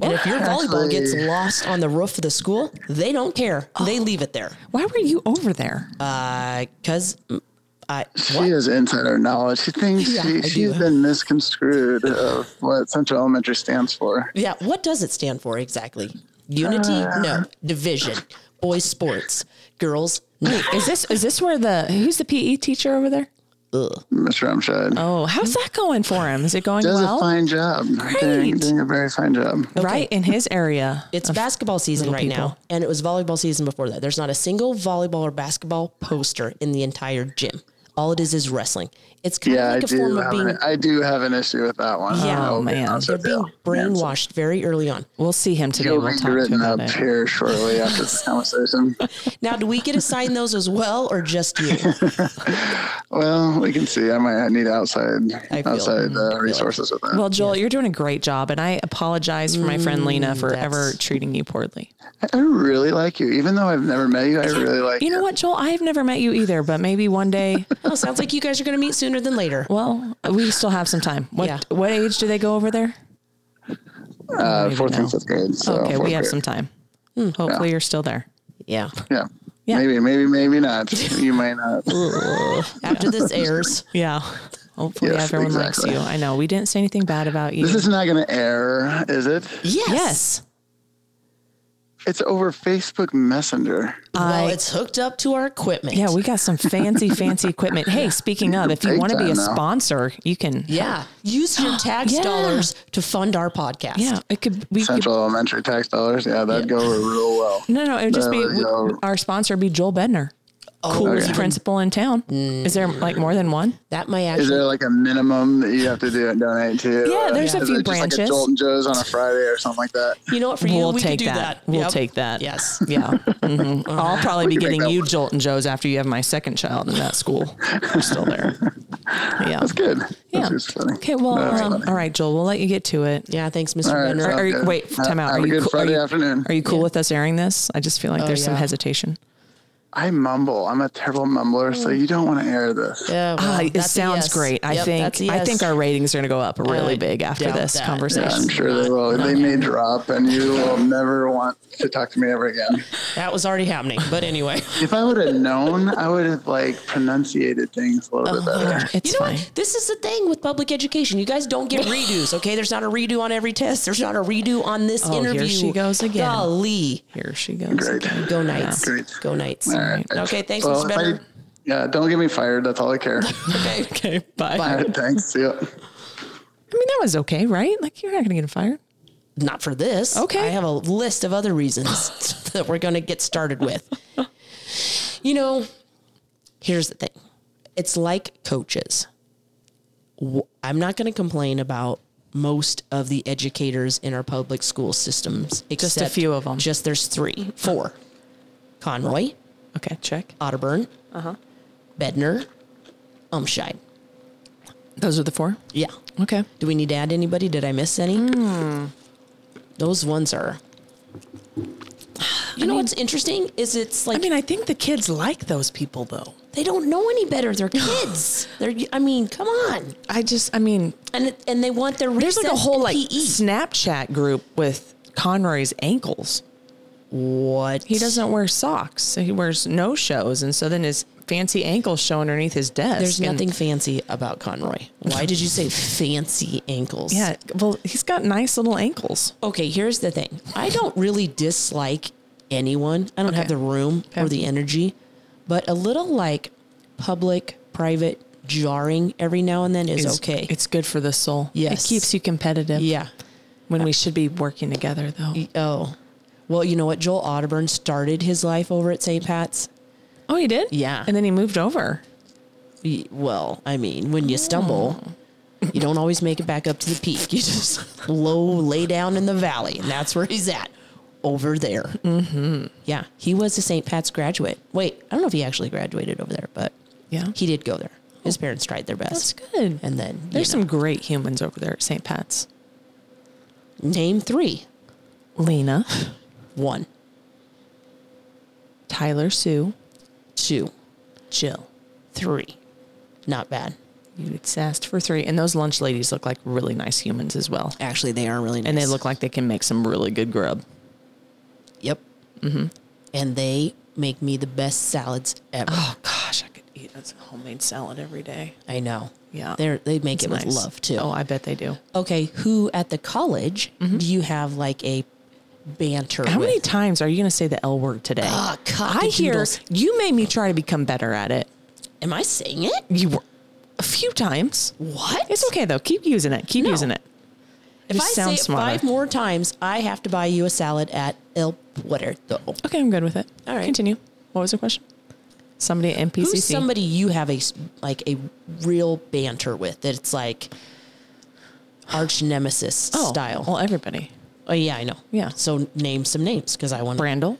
[SPEAKER 1] And if your volleyball gets
[SPEAKER 3] Actually-
[SPEAKER 1] lost on the roof of the school, they don't care. They
[SPEAKER 2] Oh.
[SPEAKER 1] leave it there
[SPEAKER 2] Why were you over there?
[SPEAKER 1] because
[SPEAKER 3] *laughs*
[SPEAKER 1] I
[SPEAKER 3] She
[SPEAKER 1] what?
[SPEAKER 3] is insider knowledge. She thinks she, she's been misconstrued of what Central Elementary stands for.
[SPEAKER 1] yeah. What does it stand for exactly? Unity?
[SPEAKER 3] Uh.
[SPEAKER 1] no. Division. Boys sports. Girls. No.
[SPEAKER 2] Is this is this where the who's the PE teacher over there?
[SPEAKER 3] Mr. Rumshed
[SPEAKER 2] Oh, how's that going for him? Is it going
[SPEAKER 3] does
[SPEAKER 2] well?
[SPEAKER 3] a fine job. Doing,
[SPEAKER 2] Great.
[SPEAKER 3] doing a very fine job.
[SPEAKER 2] Right in his area.
[SPEAKER 1] It's basketball season right now,
[SPEAKER 2] people.
[SPEAKER 1] and it was volleyball season before that. There's not a single volleyball or basketball poster in the entire gym. All it is is wrestling. It's kind
[SPEAKER 3] Yeah,
[SPEAKER 1] of
[SPEAKER 3] I
[SPEAKER 1] like a form
[SPEAKER 3] do.
[SPEAKER 1] of
[SPEAKER 3] Have
[SPEAKER 1] being
[SPEAKER 3] an, I do have an issue with that one.
[SPEAKER 2] Yeah.
[SPEAKER 3] I'll
[SPEAKER 2] Oh,
[SPEAKER 3] be
[SPEAKER 2] man.
[SPEAKER 3] honest
[SPEAKER 1] They're
[SPEAKER 3] with you.
[SPEAKER 1] being brainwashed very early on.
[SPEAKER 2] We'll see him today.
[SPEAKER 3] You'll
[SPEAKER 2] We'll
[SPEAKER 3] be
[SPEAKER 2] talk to him
[SPEAKER 3] written up
[SPEAKER 2] about it.
[SPEAKER 3] here shortly
[SPEAKER 2] *laughs*
[SPEAKER 3] after this conversation.
[SPEAKER 1] Now, do we get assigned those as well, or just you?
[SPEAKER 3] Well, we can see. I might need outside
[SPEAKER 1] I feel-
[SPEAKER 3] outside uh, resources with that.
[SPEAKER 2] Well, Joel, you're doing a great job, and I apologize for my friend Lena for ever treating you poorly.
[SPEAKER 3] I really like you, even though I've never met you. I really like
[SPEAKER 2] You know what, Joel? I have never met you either, but maybe one
[SPEAKER 3] *laughs*
[SPEAKER 2] day.
[SPEAKER 1] Oh, sounds like you guys are going to meet sooner than later.
[SPEAKER 2] Well, we still have some time. What
[SPEAKER 1] Yeah.
[SPEAKER 2] what age do they go over there?
[SPEAKER 3] uh, fourth
[SPEAKER 2] no.
[SPEAKER 3] and fifth grade. So
[SPEAKER 2] Okay,
[SPEAKER 3] fourth
[SPEAKER 2] we have
[SPEAKER 3] grade.
[SPEAKER 2] some time. Hopefully, you're still there.
[SPEAKER 1] Yeah.
[SPEAKER 3] Yeah.
[SPEAKER 2] Yeah.
[SPEAKER 3] Maybe, maybe, maybe not. You
[SPEAKER 2] *laughs*
[SPEAKER 3] might not.
[SPEAKER 1] After this *laughs* airs,
[SPEAKER 2] Yeah. Hopefully,
[SPEAKER 3] Yes,
[SPEAKER 2] everyone
[SPEAKER 3] exactly.
[SPEAKER 2] likes you. I know we didn't say anything bad about you.
[SPEAKER 3] this is not going to air, is it?
[SPEAKER 1] yes.
[SPEAKER 2] yes.
[SPEAKER 3] It's over Facebook Messenger.
[SPEAKER 2] Oh,
[SPEAKER 1] well, it's hooked up to our equipment.
[SPEAKER 2] Yeah, we got some fancy, fancy equipment. Hey, speaking of, if you
[SPEAKER 3] Big
[SPEAKER 2] want to be a
[SPEAKER 3] time now.
[SPEAKER 2] sponsor, you can.
[SPEAKER 1] yeah. Use *gasps* your tax
[SPEAKER 2] Yeah.
[SPEAKER 1] dollars to fund our podcast.
[SPEAKER 2] Yeah, it could. We could,
[SPEAKER 3] Central Elementary tax dollars. Yeah, that'd go over real well.
[SPEAKER 2] no, no, it would just be
[SPEAKER 3] There we go. Mm.
[SPEAKER 2] our sponsor would be Joel Bedner,
[SPEAKER 1] Oh,
[SPEAKER 2] coolest principal in town. Is there like more than one?
[SPEAKER 1] That might
[SPEAKER 3] Is
[SPEAKER 1] actually.
[SPEAKER 3] there like a minimum that you have to do and donate to?
[SPEAKER 2] Yeah, there's a
[SPEAKER 3] is
[SPEAKER 2] few
[SPEAKER 3] it just Like
[SPEAKER 2] branches.
[SPEAKER 3] a Jolt and Joe's on a Friday or something like that.
[SPEAKER 1] You know what? For you,
[SPEAKER 2] We'll
[SPEAKER 1] we
[SPEAKER 2] take
[SPEAKER 1] could do that.
[SPEAKER 2] that. We'll
[SPEAKER 1] Yep.
[SPEAKER 2] take that.
[SPEAKER 1] Yes.
[SPEAKER 2] Yeah. Mhm.
[SPEAKER 3] *laughs*
[SPEAKER 2] I'll probably be
[SPEAKER 3] can make
[SPEAKER 2] getting
[SPEAKER 3] that
[SPEAKER 2] you
[SPEAKER 3] work.
[SPEAKER 2] Jolt and Joe's after you have my second child in that school. You're still there.
[SPEAKER 3] *laughs*
[SPEAKER 2] Yeah.
[SPEAKER 3] That's good.
[SPEAKER 2] Yeah.
[SPEAKER 3] That's just funny.
[SPEAKER 2] Okay. Well,
[SPEAKER 3] That's
[SPEAKER 2] um,
[SPEAKER 3] funny.
[SPEAKER 2] all right, Joel, we'll let you get to it.
[SPEAKER 1] *laughs* Yeah. Thanks, Mr.
[SPEAKER 3] All right,
[SPEAKER 1] Benner.
[SPEAKER 3] sounds
[SPEAKER 2] are you-
[SPEAKER 3] good.
[SPEAKER 2] wait, time out.
[SPEAKER 3] Have
[SPEAKER 2] Are
[SPEAKER 3] a
[SPEAKER 2] you
[SPEAKER 3] good
[SPEAKER 2] cool- are
[SPEAKER 3] Friday
[SPEAKER 2] you-
[SPEAKER 3] afternoon.
[SPEAKER 2] Are you cool with us airing this? I just feel like there's some
[SPEAKER 1] Oh, yeah.
[SPEAKER 2] hesitation.
[SPEAKER 3] I mumble. I'm a terrible mumbler, so you don't want to air this.
[SPEAKER 1] Yeah, well,
[SPEAKER 2] Ah, it
[SPEAKER 1] Oh, that's a
[SPEAKER 2] sounds
[SPEAKER 1] yes.
[SPEAKER 2] great. I
[SPEAKER 1] Yep,
[SPEAKER 2] think
[SPEAKER 1] that's a
[SPEAKER 2] I think
[SPEAKER 1] yes.
[SPEAKER 2] our ratings are going to go up really
[SPEAKER 1] I
[SPEAKER 2] big after
[SPEAKER 1] doubt
[SPEAKER 2] this
[SPEAKER 1] that.
[SPEAKER 2] conversation.
[SPEAKER 3] Yeah, I'm sure they
[SPEAKER 1] Not-
[SPEAKER 3] will. They may drop, and you
[SPEAKER 1] *laughs*
[SPEAKER 3] will never want to talk to me ever again.
[SPEAKER 1] that was already happening. But anyway, *laughs*
[SPEAKER 3] If I would have known, I would have like pronunciated things a little bit
[SPEAKER 1] Uh-huh.
[SPEAKER 3] better.
[SPEAKER 2] It's
[SPEAKER 1] you know
[SPEAKER 2] fine.
[SPEAKER 1] what? This is the thing with public education. You guys don't get redos. Okay, there's not a redo on every test. There's not a redo on this
[SPEAKER 2] Oh, here
[SPEAKER 1] interview.
[SPEAKER 2] she goes again.
[SPEAKER 1] Golly,
[SPEAKER 2] Here she goes.
[SPEAKER 3] Great.
[SPEAKER 2] again.
[SPEAKER 1] go Knights.
[SPEAKER 3] Great.
[SPEAKER 1] Go Knights.
[SPEAKER 3] All right.
[SPEAKER 1] Okay, thanks,
[SPEAKER 3] Well,
[SPEAKER 1] Mr.
[SPEAKER 3] if I-
[SPEAKER 1] Benner.
[SPEAKER 3] yeah, don't get me fired. That's all
[SPEAKER 1] *laughs*
[SPEAKER 3] I care.
[SPEAKER 1] Okay.
[SPEAKER 2] Okay. Bye.
[SPEAKER 1] Bye.
[SPEAKER 3] all right, thanks. See ya.
[SPEAKER 2] I mean, that was okay, right? Like you're not going to get fired.
[SPEAKER 1] Not for this.
[SPEAKER 2] Okay.
[SPEAKER 1] I have a list of other reasons *laughs* that we're going to get started with. You know, here's the thing it's like coaches. W- I'm not going to complain about most of the educators in our public school systems,
[SPEAKER 2] Just a
[SPEAKER 1] except
[SPEAKER 2] few of 'em.
[SPEAKER 1] Just there's three, four Conroy,
[SPEAKER 2] Okay. Check.
[SPEAKER 1] Otterburn,
[SPEAKER 2] Uh-huh.
[SPEAKER 1] Bedner, Umshide.
[SPEAKER 2] Those are the four.
[SPEAKER 1] Yeah.
[SPEAKER 2] Okay.
[SPEAKER 1] Do we need to add anybody? Did I miss any?
[SPEAKER 2] Hmm.
[SPEAKER 1] Those ones are. You know what's interesting is it's like
[SPEAKER 2] I mean, I think the kids like those people though.
[SPEAKER 1] they don't know any better. They're kids. They're I mean, come on.
[SPEAKER 2] I just, I mean,
[SPEAKER 1] And it, and they want their
[SPEAKER 2] there's like a
[SPEAKER 1] recess E.
[SPEAKER 2] whole
[SPEAKER 1] in
[SPEAKER 2] like
[SPEAKER 1] PE.
[SPEAKER 2] Snapchat group with Conroy's ankles.
[SPEAKER 1] what
[SPEAKER 2] He doesn't wear socks. So he wears no shows. And so then his fancy ankles show underneath his desk.
[SPEAKER 1] There's
[SPEAKER 2] and-
[SPEAKER 1] nothing fancy about Conroy. Why did you say fancy ankles?
[SPEAKER 2] *laughs* Yeah. Well, he's got nice little ankles.
[SPEAKER 1] Okay, here's the thing. I don't really dislike anyone. I don't have
[SPEAKER 2] Okay.
[SPEAKER 1] the room or the energy, but a little like public private jarring every now and then is
[SPEAKER 2] It's-
[SPEAKER 1] okay.
[SPEAKER 2] It's good for the soul.
[SPEAKER 1] Yes.
[SPEAKER 2] It keeps you competitive.
[SPEAKER 1] yeah.
[SPEAKER 2] When we should be working together, though.
[SPEAKER 1] Oh. Well, you know what? Joel Audubon started his life over at St. Pat's.
[SPEAKER 2] Oh, he did?
[SPEAKER 1] Yeah.
[SPEAKER 2] And then he moved over.
[SPEAKER 1] Y- Well, I mean, when you stumble, you don't always make it back up to the peak. You just *laughs* low lay down in the valley, and that's where he's at, over there. Mm-hmm. Yeah, he was a St. Pat's graduate. Wait, I don't know if he actually graduated over there, but
[SPEAKER 2] Yeah.
[SPEAKER 1] he did go there. His parents tried their best.
[SPEAKER 2] good.
[SPEAKER 1] And then
[SPEAKER 2] There's
[SPEAKER 1] you know,
[SPEAKER 2] some great humans over there at St. Pat's.
[SPEAKER 1] name three, *sighs*
[SPEAKER 2] Lena,
[SPEAKER 1] one,
[SPEAKER 2] Tyler, Sue,
[SPEAKER 1] two,
[SPEAKER 2] Jill.
[SPEAKER 1] three. Not bad.
[SPEAKER 2] You asked for three. And those lunch ladies look like really nice humans as well.
[SPEAKER 1] Actually, they are really nice.
[SPEAKER 2] And they look like they can make some really good grub.
[SPEAKER 1] Yep. Mm-hmm. And they make me the best salads ever.
[SPEAKER 2] Oh, gosh, I could eat a homemade salad every day.
[SPEAKER 1] I know.
[SPEAKER 2] Yeah.
[SPEAKER 1] They're, they make
[SPEAKER 2] It's
[SPEAKER 1] it with
[SPEAKER 2] nice.
[SPEAKER 1] love too.
[SPEAKER 2] Oh, I bet they do.
[SPEAKER 1] okay, who at the college do you have like a banter
[SPEAKER 2] How
[SPEAKER 1] with?
[SPEAKER 2] many times are you going to say the L word today?
[SPEAKER 1] Ah,
[SPEAKER 2] I hear
[SPEAKER 1] cockadoodles.
[SPEAKER 2] you made me try to become better at it.
[SPEAKER 1] Am I saying it?
[SPEAKER 2] You were a few times.
[SPEAKER 1] What?
[SPEAKER 2] It's okay though. Keep using it. Keep
[SPEAKER 1] No.
[SPEAKER 2] using it.
[SPEAKER 1] If
[SPEAKER 2] Just
[SPEAKER 1] I say
[SPEAKER 2] sound
[SPEAKER 1] it
[SPEAKER 2] smarter.
[SPEAKER 1] five more times, I have to buy you a salad at El Puerto.
[SPEAKER 2] Okay, I'm good with it.
[SPEAKER 1] All right.
[SPEAKER 2] Continue. What was the question? Somebody at NPCC.
[SPEAKER 1] Who's somebody you have a s- like a real banter with that it's like arch nemesis
[SPEAKER 2] Oh,
[SPEAKER 1] style?
[SPEAKER 2] Well, everybody.
[SPEAKER 1] oh yeah, I know.
[SPEAKER 2] Yeah.
[SPEAKER 1] So name some names because I want to
[SPEAKER 2] Brandel.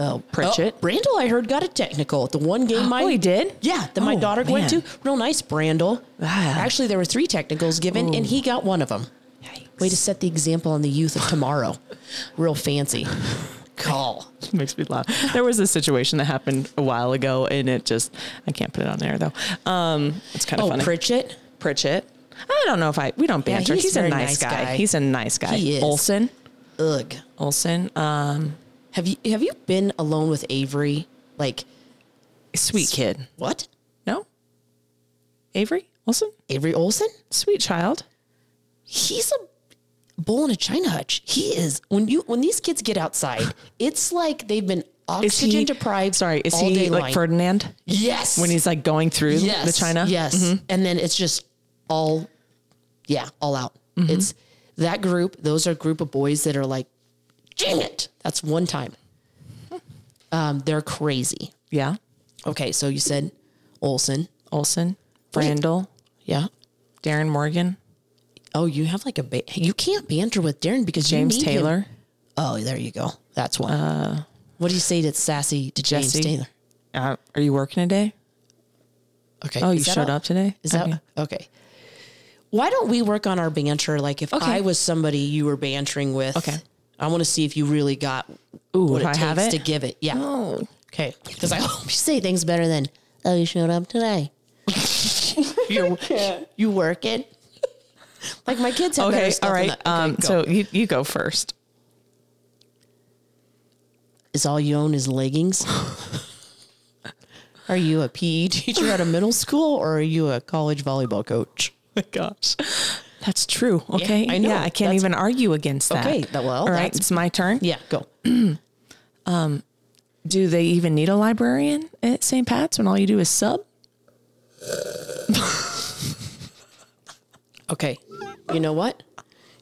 [SPEAKER 1] Oh,
[SPEAKER 2] Pritchett.
[SPEAKER 1] Oh, Brandel, I heard, got a technical at the one game. My,
[SPEAKER 2] Oh, he did?
[SPEAKER 1] Yeah, that my
[SPEAKER 2] Oh,
[SPEAKER 1] daughter went
[SPEAKER 2] man.
[SPEAKER 1] to. Real nice, Brandel.
[SPEAKER 2] Ah.
[SPEAKER 1] Actually, there were three technicals given, and he got one of them.
[SPEAKER 2] Oh,
[SPEAKER 1] Way to set the example on the youth of tomorrow.
[SPEAKER 2] *laughs*
[SPEAKER 1] Real fancy. Call.
[SPEAKER 2] makes me laugh. There was this situation that happened a while ago, and it just I can't put it on there though. Um, it's kind of
[SPEAKER 1] Oh,
[SPEAKER 2] funny.
[SPEAKER 1] Pritchett.
[SPEAKER 2] Pritchett. I don't know if I. We don't
[SPEAKER 1] Yeah,
[SPEAKER 2] banter.
[SPEAKER 1] he's
[SPEAKER 2] he's, a
[SPEAKER 1] very
[SPEAKER 2] nice,
[SPEAKER 1] nice
[SPEAKER 2] guy.
[SPEAKER 1] guy.
[SPEAKER 2] He's a nice guy.
[SPEAKER 1] He is.
[SPEAKER 2] Olson.
[SPEAKER 1] Ugh.
[SPEAKER 2] Olson. Um,
[SPEAKER 1] Have you have you been alone with Avery? Like
[SPEAKER 2] sweet kid.
[SPEAKER 1] what?
[SPEAKER 2] No. Avery Olson.
[SPEAKER 1] Avery Olson?
[SPEAKER 2] Sweet child.
[SPEAKER 1] He's a Bull in a China hutch. He is when you when these kids get outside, it's like they've been
[SPEAKER 2] Is
[SPEAKER 1] oxygen
[SPEAKER 2] he
[SPEAKER 1] deprived.
[SPEAKER 2] Sorry, is
[SPEAKER 1] all day
[SPEAKER 2] he like
[SPEAKER 1] long.
[SPEAKER 2] Ferdinand
[SPEAKER 1] yes
[SPEAKER 2] when he's like going through
[SPEAKER 1] yes
[SPEAKER 2] the China? Mm-hmm.
[SPEAKER 1] yes, and then it's just all yeah all out.
[SPEAKER 2] Mm-hmm.
[SPEAKER 1] It's that group. Those are a group of boys that are like, dang it, that's one time.
[SPEAKER 2] Hmm.
[SPEAKER 1] Um, they're crazy.
[SPEAKER 2] Yeah.
[SPEAKER 1] Okay, so you said Olson,
[SPEAKER 2] Olson, Brandel,
[SPEAKER 1] yeah.
[SPEAKER 2] Darren Morgan,
[SPEAKER 1] Oh, you have like a ba- you can't banter with Darren because you
[SPEAKER 2] James
[SPEAKER 1] need him.
[SPEAKER 2] Taylor. Uh,
[SPEAKER 1] Oh, there you go. That's one. what do you say to sassy to James
[SPEAKER 2] Jesse.
[SPEAKER 1] Taylor?
[SPEAKER 2] Uh, are you working today?
[SPEAKER 1] Okay.
[SPEAKER 2] Oh,
[SPEAKER 1] is
[SPEAKER 2] you
[SPEAKER 1] that
[SPEAKER 2] showed
[SPEAKER 1] all-
[SPEAKER 2] up today?
[SPEAKER 1] Is that
[SPEAKER 2] Okay.
[SPEAKER 1] okay. Why don't we work on our banter? Like if
[SPEAKER 2] Okay.
[SPEAKER 1] I was somebody you were bantering with,
[SPEAKER 2] Okay.
[SPEAKER 1] I want to see if you really got
[SPEAKER 2] Ooh,
[SPEAKER 1] what
[SPEAKER 2] if
[SPEAKER 1] it
[SPEAKER 2] I
[SPEAKER 1] takes
[SPEAKER 2] have
[SPEAKER 1] to
[SPEAKER 2] it? Oh.
[SPEAKER 1] give it. Yeah. Okay. Because I *laughs* hope you say things better than "Oh, you showed up
[SPEAKER 2] *laughs*
[SPEAKER 1] today." You're you work it. Like my kids have *laughs* better
[SPEAKER 2] Okay.
[SPEAKER 1] stuff
[SPEAKER 2] All
[SPEAKER 1] than
[SPEAKER 2] right.
[SPEAKER 1] that. Okay,
[SPEAKER 2] um,
[SPEAKER 1] go.
[SPEAKER 2] so you, you go first. *laughs* Oh
[SPEAKER 1] is all you own is
[SPEAKER 2] *laughs*
[SPEAKER 1] leggings? are you a PE teacher at a middle school or are you a college volleyball coach?
[SPEAKER 2] my gosh. That's true. Okay.
[SPEAKER 1] I know.
[SPEAKER 2] Yeah, I can't
[SPEAKER 1] That's-
[SPEAKER 2] even argue against that.
[SPEAKER 1] Okay, that- well,
[SPEAKER 2] All right.
[SPEAKER 1] that's-
[SPEAKER 2] It's my turn.
[SPEAKER 1] Yeah, go.
[SPEAKER 2] Do they even need a librarian at St. Pat's when all you do is sub?
[SPEAKER 1] Okay. You know what?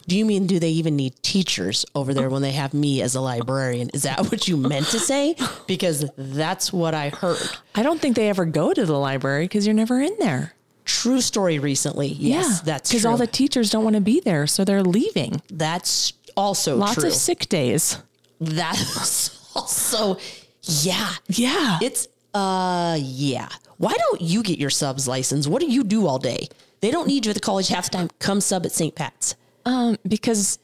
[SPEAKER 1] Do you mean do they even need teachers over there when they have me as a librarian? Is that what you meant to say? Because that's what I heard.
[SPEAKER 2] I don't think they ever go to the library because you're never in there.
[SPEAKER 1] True story recently. Yes, that's
[SPEAKER 2] because
[SPEAKER 1] true.
[SPEAKER 2] all the teachers don't want to be there, so they're leaving.
[SPEAKER 1] that's also
[SPEAKER 2] Lots
[SPEAKER 1] true.
[SPEAKER 2] of sick days.
[SPEAKER 1] that's also yeah.
[SPEAKER 2] Yeah.
[SPEAKER 1] It's uh yeah. Why don't you get your subs license? What do you do all day? They don't need you at the college half time. Come sub at St. Pat's.
[SPEAKER 2] um, because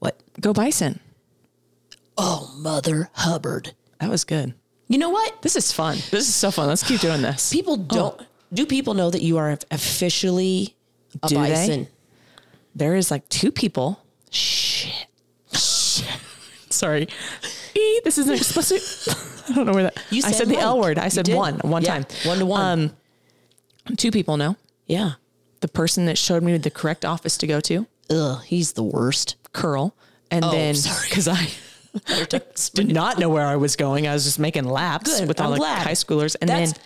[SPEAKER 1] What?
[SPEAKER 2] go bison.
[SPEAKER 1] Oh, Mother Hubbard.
[SPEAKER 2] That was good.
[SPEAKER 1] You know what?
[SPEAKER 2] This is fun. This is so fun. Let's keep doing this.
[SPEAKER 1] People don't. Do people know that you are officially a
[SPEAKER 2] Do they?
[SPEAKER 1] bison?
[SPEAKER 2] There is like two people.
[SPEAKER 1] Shit.
[SPEAKER 2] Sorry. Eee, This isn't explicit. *laughs* I don't know where that.
[SPEAKER 1] You
[SPEAKER 2] I said the
[SPEAKER 1] one.
[SPEAKER 2] L word. I
[SPEAKER 1] You
[SPEAKER 2] said
[SPEAKER 1] did.
[SPEAKER 2] one. One
[SPEAKER 1] Yeah,
[SPEAKER 2] time. Um,
[SPEAKER 1] One to one.
[SPEAKER 2] Two people know.
[SPEAKER 1] yeah.
[SPEAKER 2] The person that showed me the correct office to go to,
[SPEAKER 1] Ugh, he's the worst.
[SPEAKER 2] curl, and
[SPEAKER 1] Oh,
[SPEAKER 2] then because I
[SPEAKER 1] *laughs*
[SPEAKER 2] did not know where I was going, I was just making laps
[SPEAKER 1] Good,
[SPEAKER 2] with
[SPEAKER 1] I'm
[SPEAKER 2] all the
[SPEAKER 1] glad.
[SPEAKER 2] high schoolers, and
[SPEAKER 1] That's-
[SPEAKER 2] then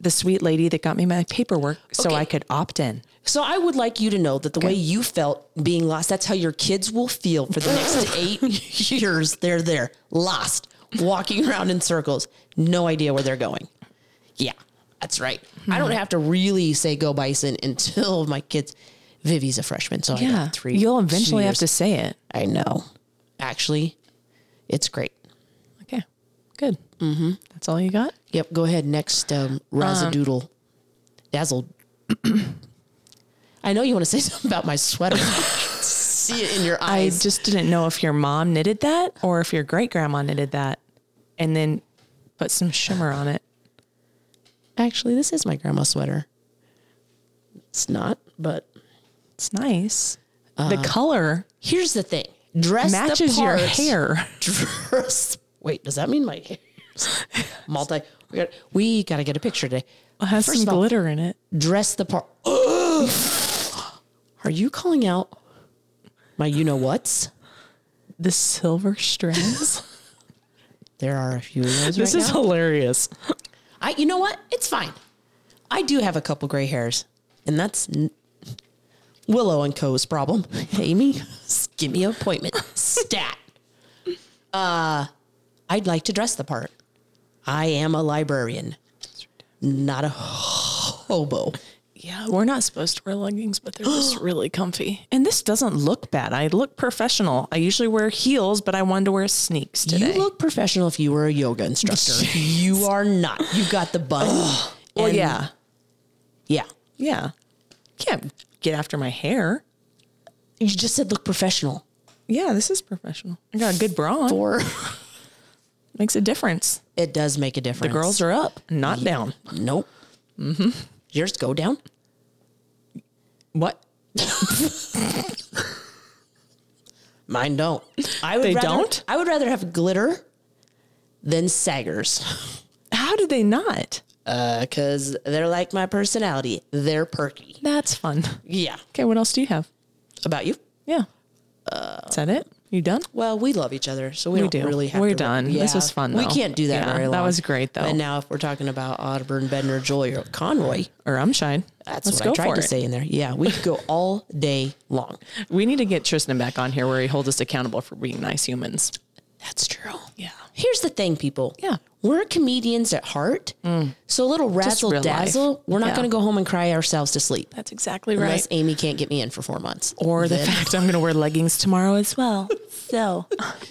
[SPEAKER 2] the sweet lady that got me my paperwork so
[SPEAKER 1] Okay.
[SPEAKER 2] I could opt in.
[SPEAKER 1] So I would like you to know that the way you felt being lost, that's how your kids will feel for the
[SPEAKER 2] *laughs*
[SPEAKER 1] next eight years. They're there, lost, walking around in circles, no idea where they're going. Yeah, that's right. I
[SPEAKER 2] Hmm.
[SPEAKER 1] don't have to really say go bison until my kids. Vivi's a freshman, so I
[SPEAKER 2] Yeah,
[SPEAKER 1] got three.
[SPEAKER 2] you'll
[SPEAKER 1] two
[SPEAKER 2] eventually have
[SPEAKER 1] years.
[SPEAKER 2] to say it.
[SPEAKER 1] I know. Actually, it's great.
[SPEAKER 2] Okay, good. Mm-hmm. That's all you got.
[SPEAKER 1] Yep. Go ahead. Next, um, Razadoodle. Dazzle. *clears throat* I know you want to say *laughs* something about my sweater. See it in your
[SPEAKER 2] I
[SPEAKER 1] eyes.
[SPEAKER 2] just didn't know if your mom knitted that or if your great grandma knitted that, and then put some shimmer on it.
[SPEAKER 1] Actually, this is my grandma's sweater. It's not, but
[SPEAKER 2] It's nice. the color
[SPEAKER 1] here's the thing. Dress the
[SPEAKER 2] matches your
[SPEAKER 1] part.
[SPEAKER 2] hair.
[SPEAKER 1] *laughs* Dress. Wait, does that mean my hair? Multi. We got, we got to get a picture today.
[SPEAKER 2] It has
[SPEAKER 1] First
[SPEAKER 2] some
[SPEAKER 1] of all,
[SPEAKER 2] glitter in it.
[SPEAKER 1] dress the part. Ugh. Are you calling out my you know what's?
[SPEAKER 2] The silver *laughs* strands.
[SPEAKER 1] There are a few of those
[SPEAKER 2] this
[SPEAKER 1] right
[SPEAKER 2] is
[SPEAKER 1] now.
[SPEAKER 2] hilarious.
[SPEAKER 1] I, you know what? It's fine. I do have a couple gray hairs, and that's n- Willow and Co.'s problem. *laughs* Amy, s- give me an appointment. Stat. Uh, I'd like to dress the part. I am a librarian, not a hobo.
[SPEAKER 2] Yeah, we're not supposed to wear leggings, but they're *gasps* just really comfy. And this doesn't look bad. I look professional. I usually wear heels, but I wanted to wear sneaks today.
[SPEAKER 1] You look professional if you were a yoga instructor. *laughs* you are not. You got the bun.
[SPEAKER 2] well,
[SPEAKER 1] and-
[SPEAKER 2] yeah,
[SPEAKER 1] Yeah.
[SPEAKER 2] yeah. Can't get after my hair.
[SPEAKER 1] You just said look professional.
[SPEAKER 2] Yeah, this is professional. I got a good bra on.
[SPEAKER 1] Or
[SPEAKER 2] Makes a difference.
[SPEAKER 1] *laughs* it does make a difference.
[SPEAKER 2] The girls are up, not down.
[SPEAKER 1] Nope. Mm-hmm. Yours go down.
[SPEAKER 2] What?
[SPEAKER 1] Mine don't. I would
[SPEAKER 2] They
[SPEAKER 1] rather,
[SPEAKER 2] don't?
[SPEAKER 1] I would rather have glitter than saggers
[SPEAKER 2] How do they not?
[SPEAKER 1] because they're like my personality. They're perky.
[SPEAKER 2] That's fun.
[SPEAKER 1] Yeah.
[SPEAKER 2] Okay, what else do you have?
[SPEAKER 1] About you?
[SPEAKER 2] Yeah. Is that it? You done?
[SPEAKER 1] Well, we love each other, so we, don't
[SPEAKER 2] do.
[SPEAKER 1] really have
[SPEAKER 2] We're
[SPEAKER 1] to-
[SPEAKER 2] done. This was fun,
[SPEAKER 1] We
[SPEAKER 2] though.
[SPEAKER 1] can't do that
[SPEAKER 2] Yeah,
[SPEAKER 1] very long.
[SPEAKER 2] that was great, though.
[SPEAKER 1] But now if we're talking about Auburn, Bender, Joy, or Conroy,
[SPEAKER 2] Or I'm shine.
[SPEAKER 1] that's
[SPEAKER 2] Let's
[SPEAKER 1] what
[SPEAKER 2] go
[SPEAKER 1] I tried
[SPEAKER 2] for
[SPEAKER 1] to
[SPEAKER 2] it.
[SPEAKER 1] say in there. Yeah, we could
[SPEAKER 2] *laughs*
[SPEAKER 1] go all day long.
[SPEAKER 2] We need to get Tristan back on here where he holds us accountable for being nice humans.
[SPEAKER 1] That's true.
[SPEAKER 2] Yeah.
[SPEAKER 1] Here's the thing, people.
[SPEAKER 2] Yeah. Mm.
[SPEAKER 1] We're comedians at heart. So a little razzle
[SPEAKER 2] real life.
[SPEAKER 1] dazzle, we're not
[SPEAKER 2] Yeah.
[SPEAKER 1] going to go home and cry ourselves to sleep.
[SPEAKER 2] That's exactly
[SPEAKER 1] Unless Amy can't get me in for four months.
[SPEAKER 2] Or the
[SPEAKER 1] Then-
[SPEAKER 2] fact I'm going to wear leggings tomorrow as well. *laughs* So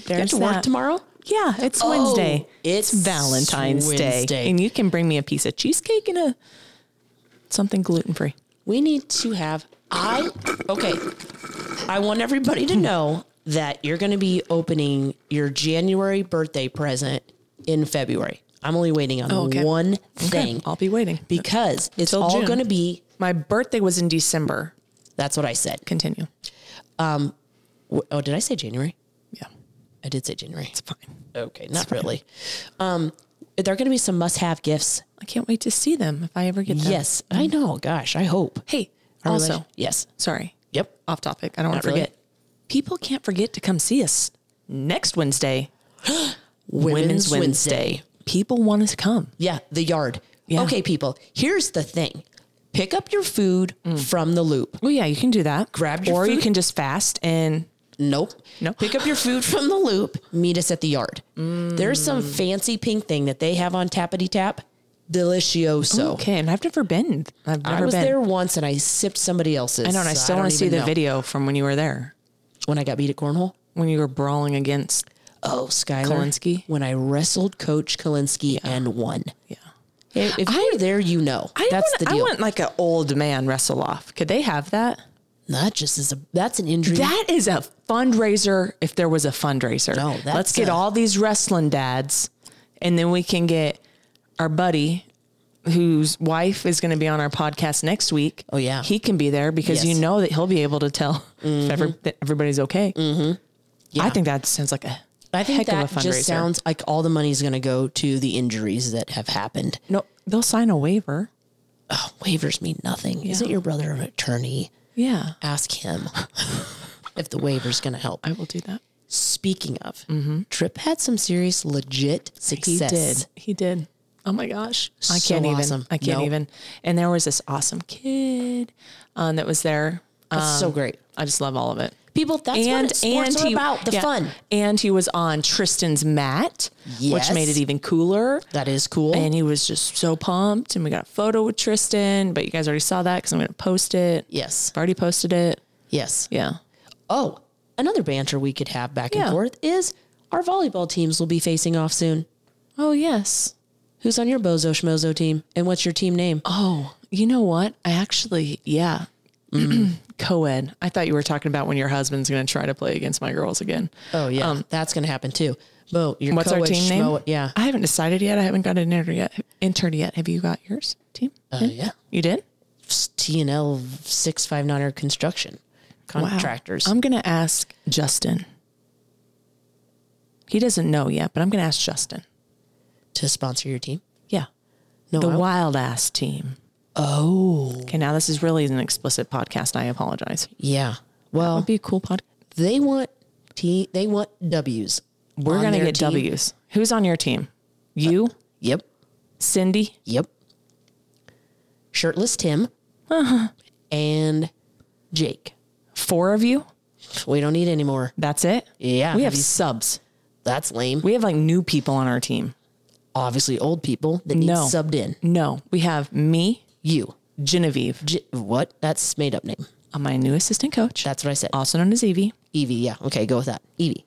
[SPEAKER 2] there's
[SPEAKER 1] You have to work
[SPEAKER 2] that.
[SPEAKER 1] tomorrow?
[SPEAKER 2] Yeah, it's Wednesday.
[SPEAKER 1] it's
[SPEAKER 2] Valentine's
[SPEAKER 1] Wednesday.
[SPEAKER 2] Day. And you can bring me a piece of cheesecake and a something gluten free.
[SPEAKER 1] We need to have I okay. I want everybody
[SPEAKER 2] *laughs*
[SPEAKER 1] to know that you're going to be opening your January birthday present in February. I'm only waiting on
[SPEAKER 2] Oh, okay.
[SPEAKER 1] one thing
[SPEAKER 2] I'll be waiting.
[SPEAKER 1] because it's
[SPEAKER 2] Till
[SPEAKER 1] all
[SPEAKER 2] June.
[SPEAKER 1] going to be
[SPEAKER 2] My birthday was in December.
[SPEAKER 1] that's what I said.
[SPEAKER 2] Continue.
[SPEAKER 1] W- Oh, did I say January?
[SPEAKER 2] Yeah,
[SPEAKER 1] I did say January.
[SPEAKER 2] it's fine.
[SPEAKER 1] Okay, not really. Um, there are going to be some must-have gifts.
[SPEAKER 2] I can't wait to see them if I ever get them.
[SPEAKER 1] Yes, I know. Gosh, I hope.
[SPEAKER 2] Hey,
[SPEAKER 1] Our
[SPEAKER 2] also,
[SPEAKER 1] relation- yes.
[SPEAKER 2] sorry,
[SPEAKER 1] Yep.
[SPEAKER 2] off topic. I don't want
[SPEAKER 1] Not
[SPEAKER 2] to
[SPEAKER 1] really.
[SPEAKER 2] forget. People can't forget to come see us next Wednesday. Women's Wednesday. People want to come.
[SPEAKER 1] Yeah, the yard.
[SPEAKER 2] Yeah.
[SPEAKER 1] Okay, people, here's the thing pick up your food
[SPEAKER 2] Mm.
[SPEAKER 1] from the loop.
[SPEAKER 2] Well, yeah, you can do that.
[SPEAKER 1] Grab your
[SPEAKER 2] or you
[SPEAKER 1] food.
[SPEAKER 2] can just fast and
[SPEAKER 1] Nope.
[SPEAKER 2] No.
[SPEAKER 1] Pick up your food from the loop. Meet us at the yard. There's some
[SPEAKER 2] Mm.
[SPEAKER 1] fancy pink thing that they have on Tappity Tap. Delicioso.
[SPEAKER 2] okay. And I've never been. I've never
[SPEAKER 1] I was
[SPEAKER 2] been.
[SPEAKER 1] there once and I sipped somebody else's.
[SPEAKER 2] I know, and I
[SPEAKER 1] so
[SPEAKER 2] still want
[SPEAKER 1] don't
[SPEAKER 2] to see
[SPEAKER 1] even
[SPEAKER 2] the
[SPEAKER 1] know.
[SPEAKER 2] video from when you were there,
[SPEAKER 1] When I got beat at Cornhole?
[SPEAKER 2] when you were brawling against.
[SPEAKER 1] Oh, Skylar.
[SPEAKER 2] Kalinsky?
[SPEAKER 1] When I wrestled Coach Kalinsky and won.
[SPEAKER 2] Yeah,
[SPEAKER 1] If if you were there, you know.
[SPEAKER 2] I
[SPEAKER 1] That's
[SPEAKER 2] want,
[SPEAKER 1] the deal.
[SPEAKER 2] I want like an old man wrestle off. Could they have that?
[SPEAKER 1] that just is a, that's an injury.
[SPEAKER 2] That is a fundraiser. If there was a fundraiser,
[SPEAKER 1] No, that's
[SPEAKER 2] let's get
[SPEAKER 1] a-
[SPEAKER 2] all these wrestling dads, and then we can get our buddy, whose wife is going to be on our podcast next week.
[SPEAKER 1] Oh, yeah.
[SPEAKER 2] he can be there because you
[SPEAKER 1] Yes. Mm-hmm.
[SPEAKER 2] know that he'll be able to tell if every, that everybody's okay. Mm-hmm. I
[SPEAKER 1] Yeah.
[SPEAKER 2] think that sounds like a
[SPEAKER 1] I think
[SPEAKER 2] heck
[SPEAKER 1] that
[SPEAKER 2] of a fundraiser.
[SPEAKER 1] just sounds like all the money's going to go to the injuries that have happened.
[SPEAKER 2] no, they'll sign a waiver.
[SPEAKER 1] Oh, waivers mean nothing. Isn't your brother an attorney?
[SPEAKER 2] Yeah,
[SPEAKER 1] Ask
[SPEAKER 2] *laughs*
[SPEAKER 1] him if the waiver's going to help.
[SPEAKER 2] I will do that.
[SPEAKER 1] Speaking of, Trip had some serious legit success.
[SPEAKER 2] He did. Oh my gosh. I
[SPEAKER 1] So
[SPEAKER 2] can't
[SPEAKER 1] awesome.
[SPEAKER 2] even. I can't
[SPEAKER 1] Nope.
[SPEAKER 2] even. And there was this awesome kid um, that was there. Um,
[SPEAKER 1] That's so great.
[SPEAKER 2] I just love all of it.
[SPEAKER 1] People, that's what sports are about, the
[SPEAKER 2] yeah.
[SPEAKER 1] fun.
[SPEAKER 2] And he was on Tristan's mat,
[SPEAKER 1] Yes.
[SPEAKER 2] which made it even cooler.
[SPEAKER 1] That is cool.
[SPEAKER 2] And he was just so pumped. And we got a photo with Tristan, but you guys already saw that because I'm going to post it.
[SPEAKER 1] yes.
[SPEAKER 2] I've already posted it.
[SPEAKER 1] Yes.
[SPEAKER 2] Yeah.
[SPEAKER 1] Oh, another banter we could have back
[SPEAKER 2] Yeah.
[SPEAKER 1] and forth is our volleyball teams will be facing off soon.
[SPEAKER 2] Oh, yes.
[SPEAKER 1] Who's on your bozo schmozo team? And what's your team name?
[SPEAKER 2] Oh, you know what? I actually, yeah. *clears throat* Co-ed. I thought you were talking about when your husband's going to try to play against my girls again.
[SPEAKER 1] Oh yeah,
[SPEAKER 2] um,
[SPEAKER 1] that's going to happen too. Bo, your
[SPEAKER 2] What's our
[SPEAKER 1] co-ed
[SPEAKER 2] team name?
[SPEAKER 1] schmo- Yeah,
[SPEAKER 2] I haven't decided yet. I haven't got an entered yet. Entered yet? Have you got yours, team?
[SPEAKER 1] uh, yeah.
[SPEAKER 2] You did?
[SPEAKER 1] T and L six five nine er construction contractors.
[SPEAKER 2] I'm going to ask Justin. He doesn't know yet, but I'm going to ask Justin.
[SPEAKER 1] to sponsor your team.
[SPEAKER 2] Yeah,
[SPEAKER 1] No,
[SPEAKER 2] the
[SPEAKER 1] I-
[SPEAKER 2] wild ass team.
[SPEAKER 1] oh
[SPEAKER 2] Okay, now this is really an explicit podcast. I apologize.
[SPEAKER 1] yeah.
[SPEAKER 2] That'd
[SPEAKER 1] Well,
[SPEAKER 2] be a cool podcast.
[SPEAKER 1] they want T. They want W's.
[SPEAKER 2] We're
[SPEAKER 1] on
[SPEAKER 2] going to
[SPEAKER 1] their
[SPEAKER 2] get
[SPEAKER 1] team.
[SPEAKER 2] W's. Uh, Who's on your team? You,
[SPEAKER 1] Yep,
[SPEAKER 2] Cindy.
[SPEAKER 1] yep. Shirtless Tim
[SPEAKER 2] Uh-huh.
[SPEAKER 1] and Jake.
[SPEAKER 2] four of you.
[SPEAKER 1] We don't need any more.
[SPEAKER 2] That's it.
[SPEAKER 1] Yeah,
[SPEAKER 2] We have
[SPEAKER 1] you-
[SPEAKER 2] subs.
[SPEAKER 1] that's lame.
[SPEAKER 2] We have like new people on our team.
[SPEAKER 1] Obviously, old people that need
[SPEAKER 2] No.
[SPEAKER 1] subbed in.
[SPEAKER 2] No, we have me,
[SPEAKER 1] You,
[SPEAKER 2] Genevieve,
[SPEAKER 1] J- what? That's made up name.
[SPEAKER 2] uh, my new assistant coach,
[SPEAKER 1] That's what I said.
[SPEAKER 2] also known as Evie.
[SPEAKER 1] Evie, yeah. Okay, go with that. Evie.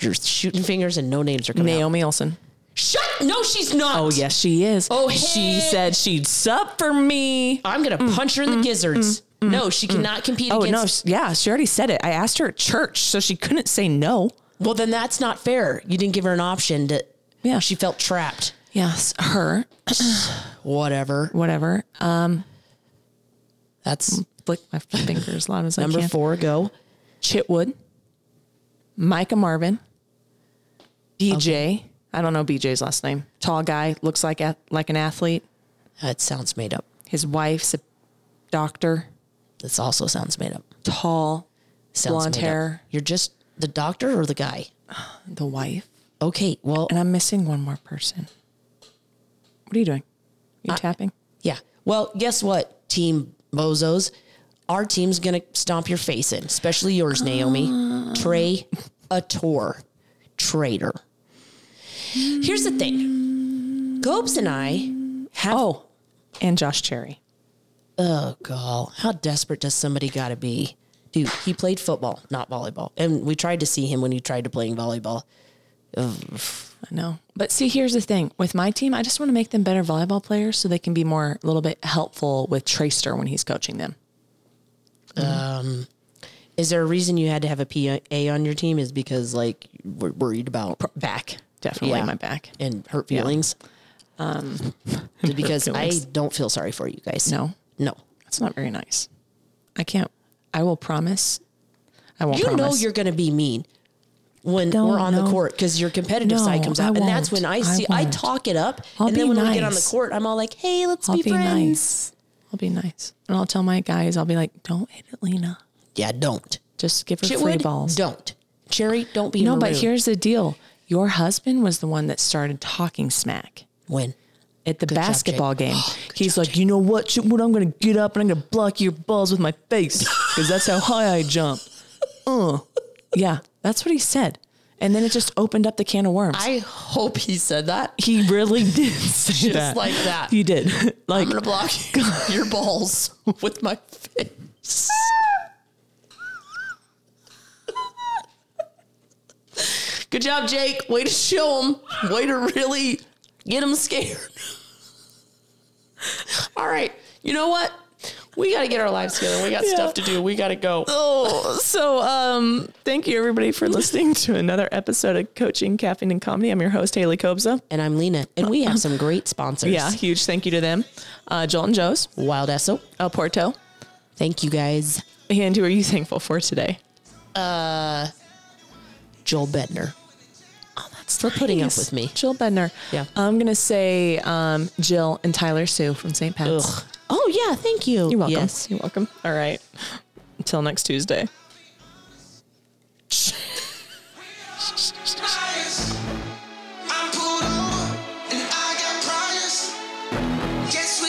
[SPEAKER 1] You're shooting fingers and no names are coming out.
[SPEAKER 2] Naomi Olson.
[SPEAKER 1] Shut! No, she's not.
[SPEAKER 2] Oh yes, she is.
[SPEAKER 1] Oh,
[SPEAKER 2] she
[SPEAKER 1] heck.
[SPEAKER 2] said she'd sub for me.
[SPEAKER 1] I'm gonna punch her in the
[SPEAKER 2] mm,
[SPEAKER 1] gizzards. no, she cannot compete
[SPEAKER 2] Oh no,
[SPEAKER 1] against.
[SPEAKER 2] s- yeah, she already said it. I asked her at church, so she couldn't say no.
[SPEAKER 1] No. Well, then that's not fair. You didn't give her an option. To,
[SPEAKER 2] Yeah.
[SPEAKER 1] She felt trapped.
[SPEAKER 2] Yes, her,
[SPEAKER 1] Whatever.
[SPEAKER 2] whatever. Uh,
[SPEAKER 1] That's
[SPEAKER 2] flick my finger as loud as I
[SPEAKER 1] number
[SPEAKER 2] can.
[SPEAKER 1] four. Go.
[SPEAKER 2] Chitwood, Micah Marvin, DJ. I don't know BJ's last name. Tall guy, looks like a, like an athlete.
[SPEAKER 1] That sounds made up.
[SPEAKER 2] His wife's a doctor.
[SPEAKER 1] This also sounds made up.
[SPEAKER 2] Tall,
[SPEAKER 1] Sounds
[SPEAKER 2] Blonde
[SPEAKER 1] made up.
[SPEAKER 2] hair.
[SPEAKER 1] You're just the doctor or the guy?
[SPEAKER 2] the wife.
[SPEAKER 1] Okay. Well,
[SPEAKER 2] And I'm missing one more person. What are you doing? you tapping?
[SPEAKER 1] yeah. Well, guess what, team bozos? Our team's going to stomp your face in, especially yours,
[SPEAKER 2] *gasps*
[SPEAKER 1] Naomi. Trey, a tour, traitor. Here's the thing Gobes and I have.
[SPEAKER 2] Oh, and Josh Cherry.
[SPEAKER 1] Oh, God. How desperate does somebody got to be? Dude, he played football, not volleyball. And we tried to see him when he tried to playing volleyball.
[SPEAKER 2] I know. But see, here's the thing with my team, I just want to make them better volleyball players so they can be more, a little bit helpful with Tracer when he's coaching them.
[SPEAKER 1] Is there a reason you had to have a PA on your team? Is because like we're worried about back
[SPEAKER 2] Definitely
[SPEAKER 1] Yeah.
[SPEAKER 2] my back.
[SPEAKER 1] and hurt feelings? *laughs* Um, because
[SPEAKER 2] feelings.
[SPEAKER 1] I don't feel sorry for you guys.
[SPEAKER 2] No.
[SPEAKER 1] no.
[SPEAKER 2] That's not very nice. I can't, I will promise. I won't
[SPEAKER 1] You know
[SPEAKER 2] promise.
[SPEAKER 1] you're going to be mean when
[SPEAKER 2] don't
[SPEAKER 1] we're on the
[SPEAKER 2] know.
[SPEAKER 1] court because your competitive
[SPEAKER 2] No,
[SPEAKER 1] side comes
[SPEAKER 2] I
[SPEAKER 1] out, and that's
[SPEAKER 2] won't.
[SPEAKER 1] when I
[SPEAKER 2] I
[SPEAKER 1] see I,
[SPEAKER 2] won't.
[SPEAKER 1] talk it up,
[SPEAKER 2] I'll
[SPEAKER 1] and
[SPEAKER 2] be
[SPEAKER 1] then when we get on the
[SPEAKER 2] nice.
[SPEAKER 1] court, I'm all like, "Hey, let's
[SPEAKER 2] I'll
[SPEAKER 1] be,
[SPEAKER 2] be
[SPEAKER 1] friends."
[SPEAKER 2] nice. I'll be nice. And I'll tell my guys, I'll be like, don't hit it, Lena.
[SPEAKER 1] Yeah, don't.
[SPEAKER 2] Just give her free
[SPEAKER 1] Chitwood,
[SPEAKER 2] balls.
[SPEAKER 1] don't. Cherry, don't be
[SPEAKER 2] No, but
[SPEAKER 1] maroon.
[SPEAKER 2] here's the deal. Your husband was the one that started talking smack
[SPEAKER 1] when
[SPEAKER 2] at the
[SPEAKER 1] job, Jake. Oh,
[SPEAKER 2] basketball game. He's like, you know what? Ch- What I'm going to get up and I'm going to block your balls with my face
[SPEAKER 1] *laughs*
[SPEAKER 2] because that's how high I jump. Uh. Yeah, that's what he said. And then it just opened up the can of worms.
[SPEAKER 1] I hope he said that. *laughs*
[SPEAKER 2] he really did say
[SPEAKER 1] Just
[SPEAKER 2] that.
[SPEAKER 1] like that.
[SPEAKER 2] He did.
[SPEAKER 1] *laughs*
[SPEAKER 2] like,
[SPEAKER 1] I'm gonna block your balls with my face. Good job, Jake. Way to show him. Way to really get him scared. All right. You know what? We got to get our lives together. We got stuff to do. We got to go.
[SPEAKER 2] Oh, so um, thank you everybody for listening to another episode of Coaching Caffeine and Comedy. I'm your host Haley Kobza.
[SPEAKER 1] And I'm Lena. And we have some great sponsors.
[SPEAKER 2] Yeah, huge thank you to them, uh, Joel and Joe's,
[SPEAKER 1] Wild Esso.
[SPEAKER 2] El Porto,
[SPEAKER 1] Thank you guys.
[SPEAKER 2] and who are you thankful for today?
[SPEAKER 1] Joel Bedner.
[SPEAKER 2] Oh, that's
[SPEAKER 1] For putting up with me.
[SPEAKER 2] Jill Bedner.
[SPEAKER 1] Yeah.
[SPEAKER 2] I'm gonna say um, Jill and Tyler Sue from St. Pat's.
[SPEAKER 1] Ugh. Oh, yeah. Thank you.
[SPEAKER 2] You're welcome.
[SPEAKER 1] Yes.
[SPEAKER 2] You're welcome. All right. Until next Tuesday.
[SPEAKER 4] I'm pulled over and I got priors. Guess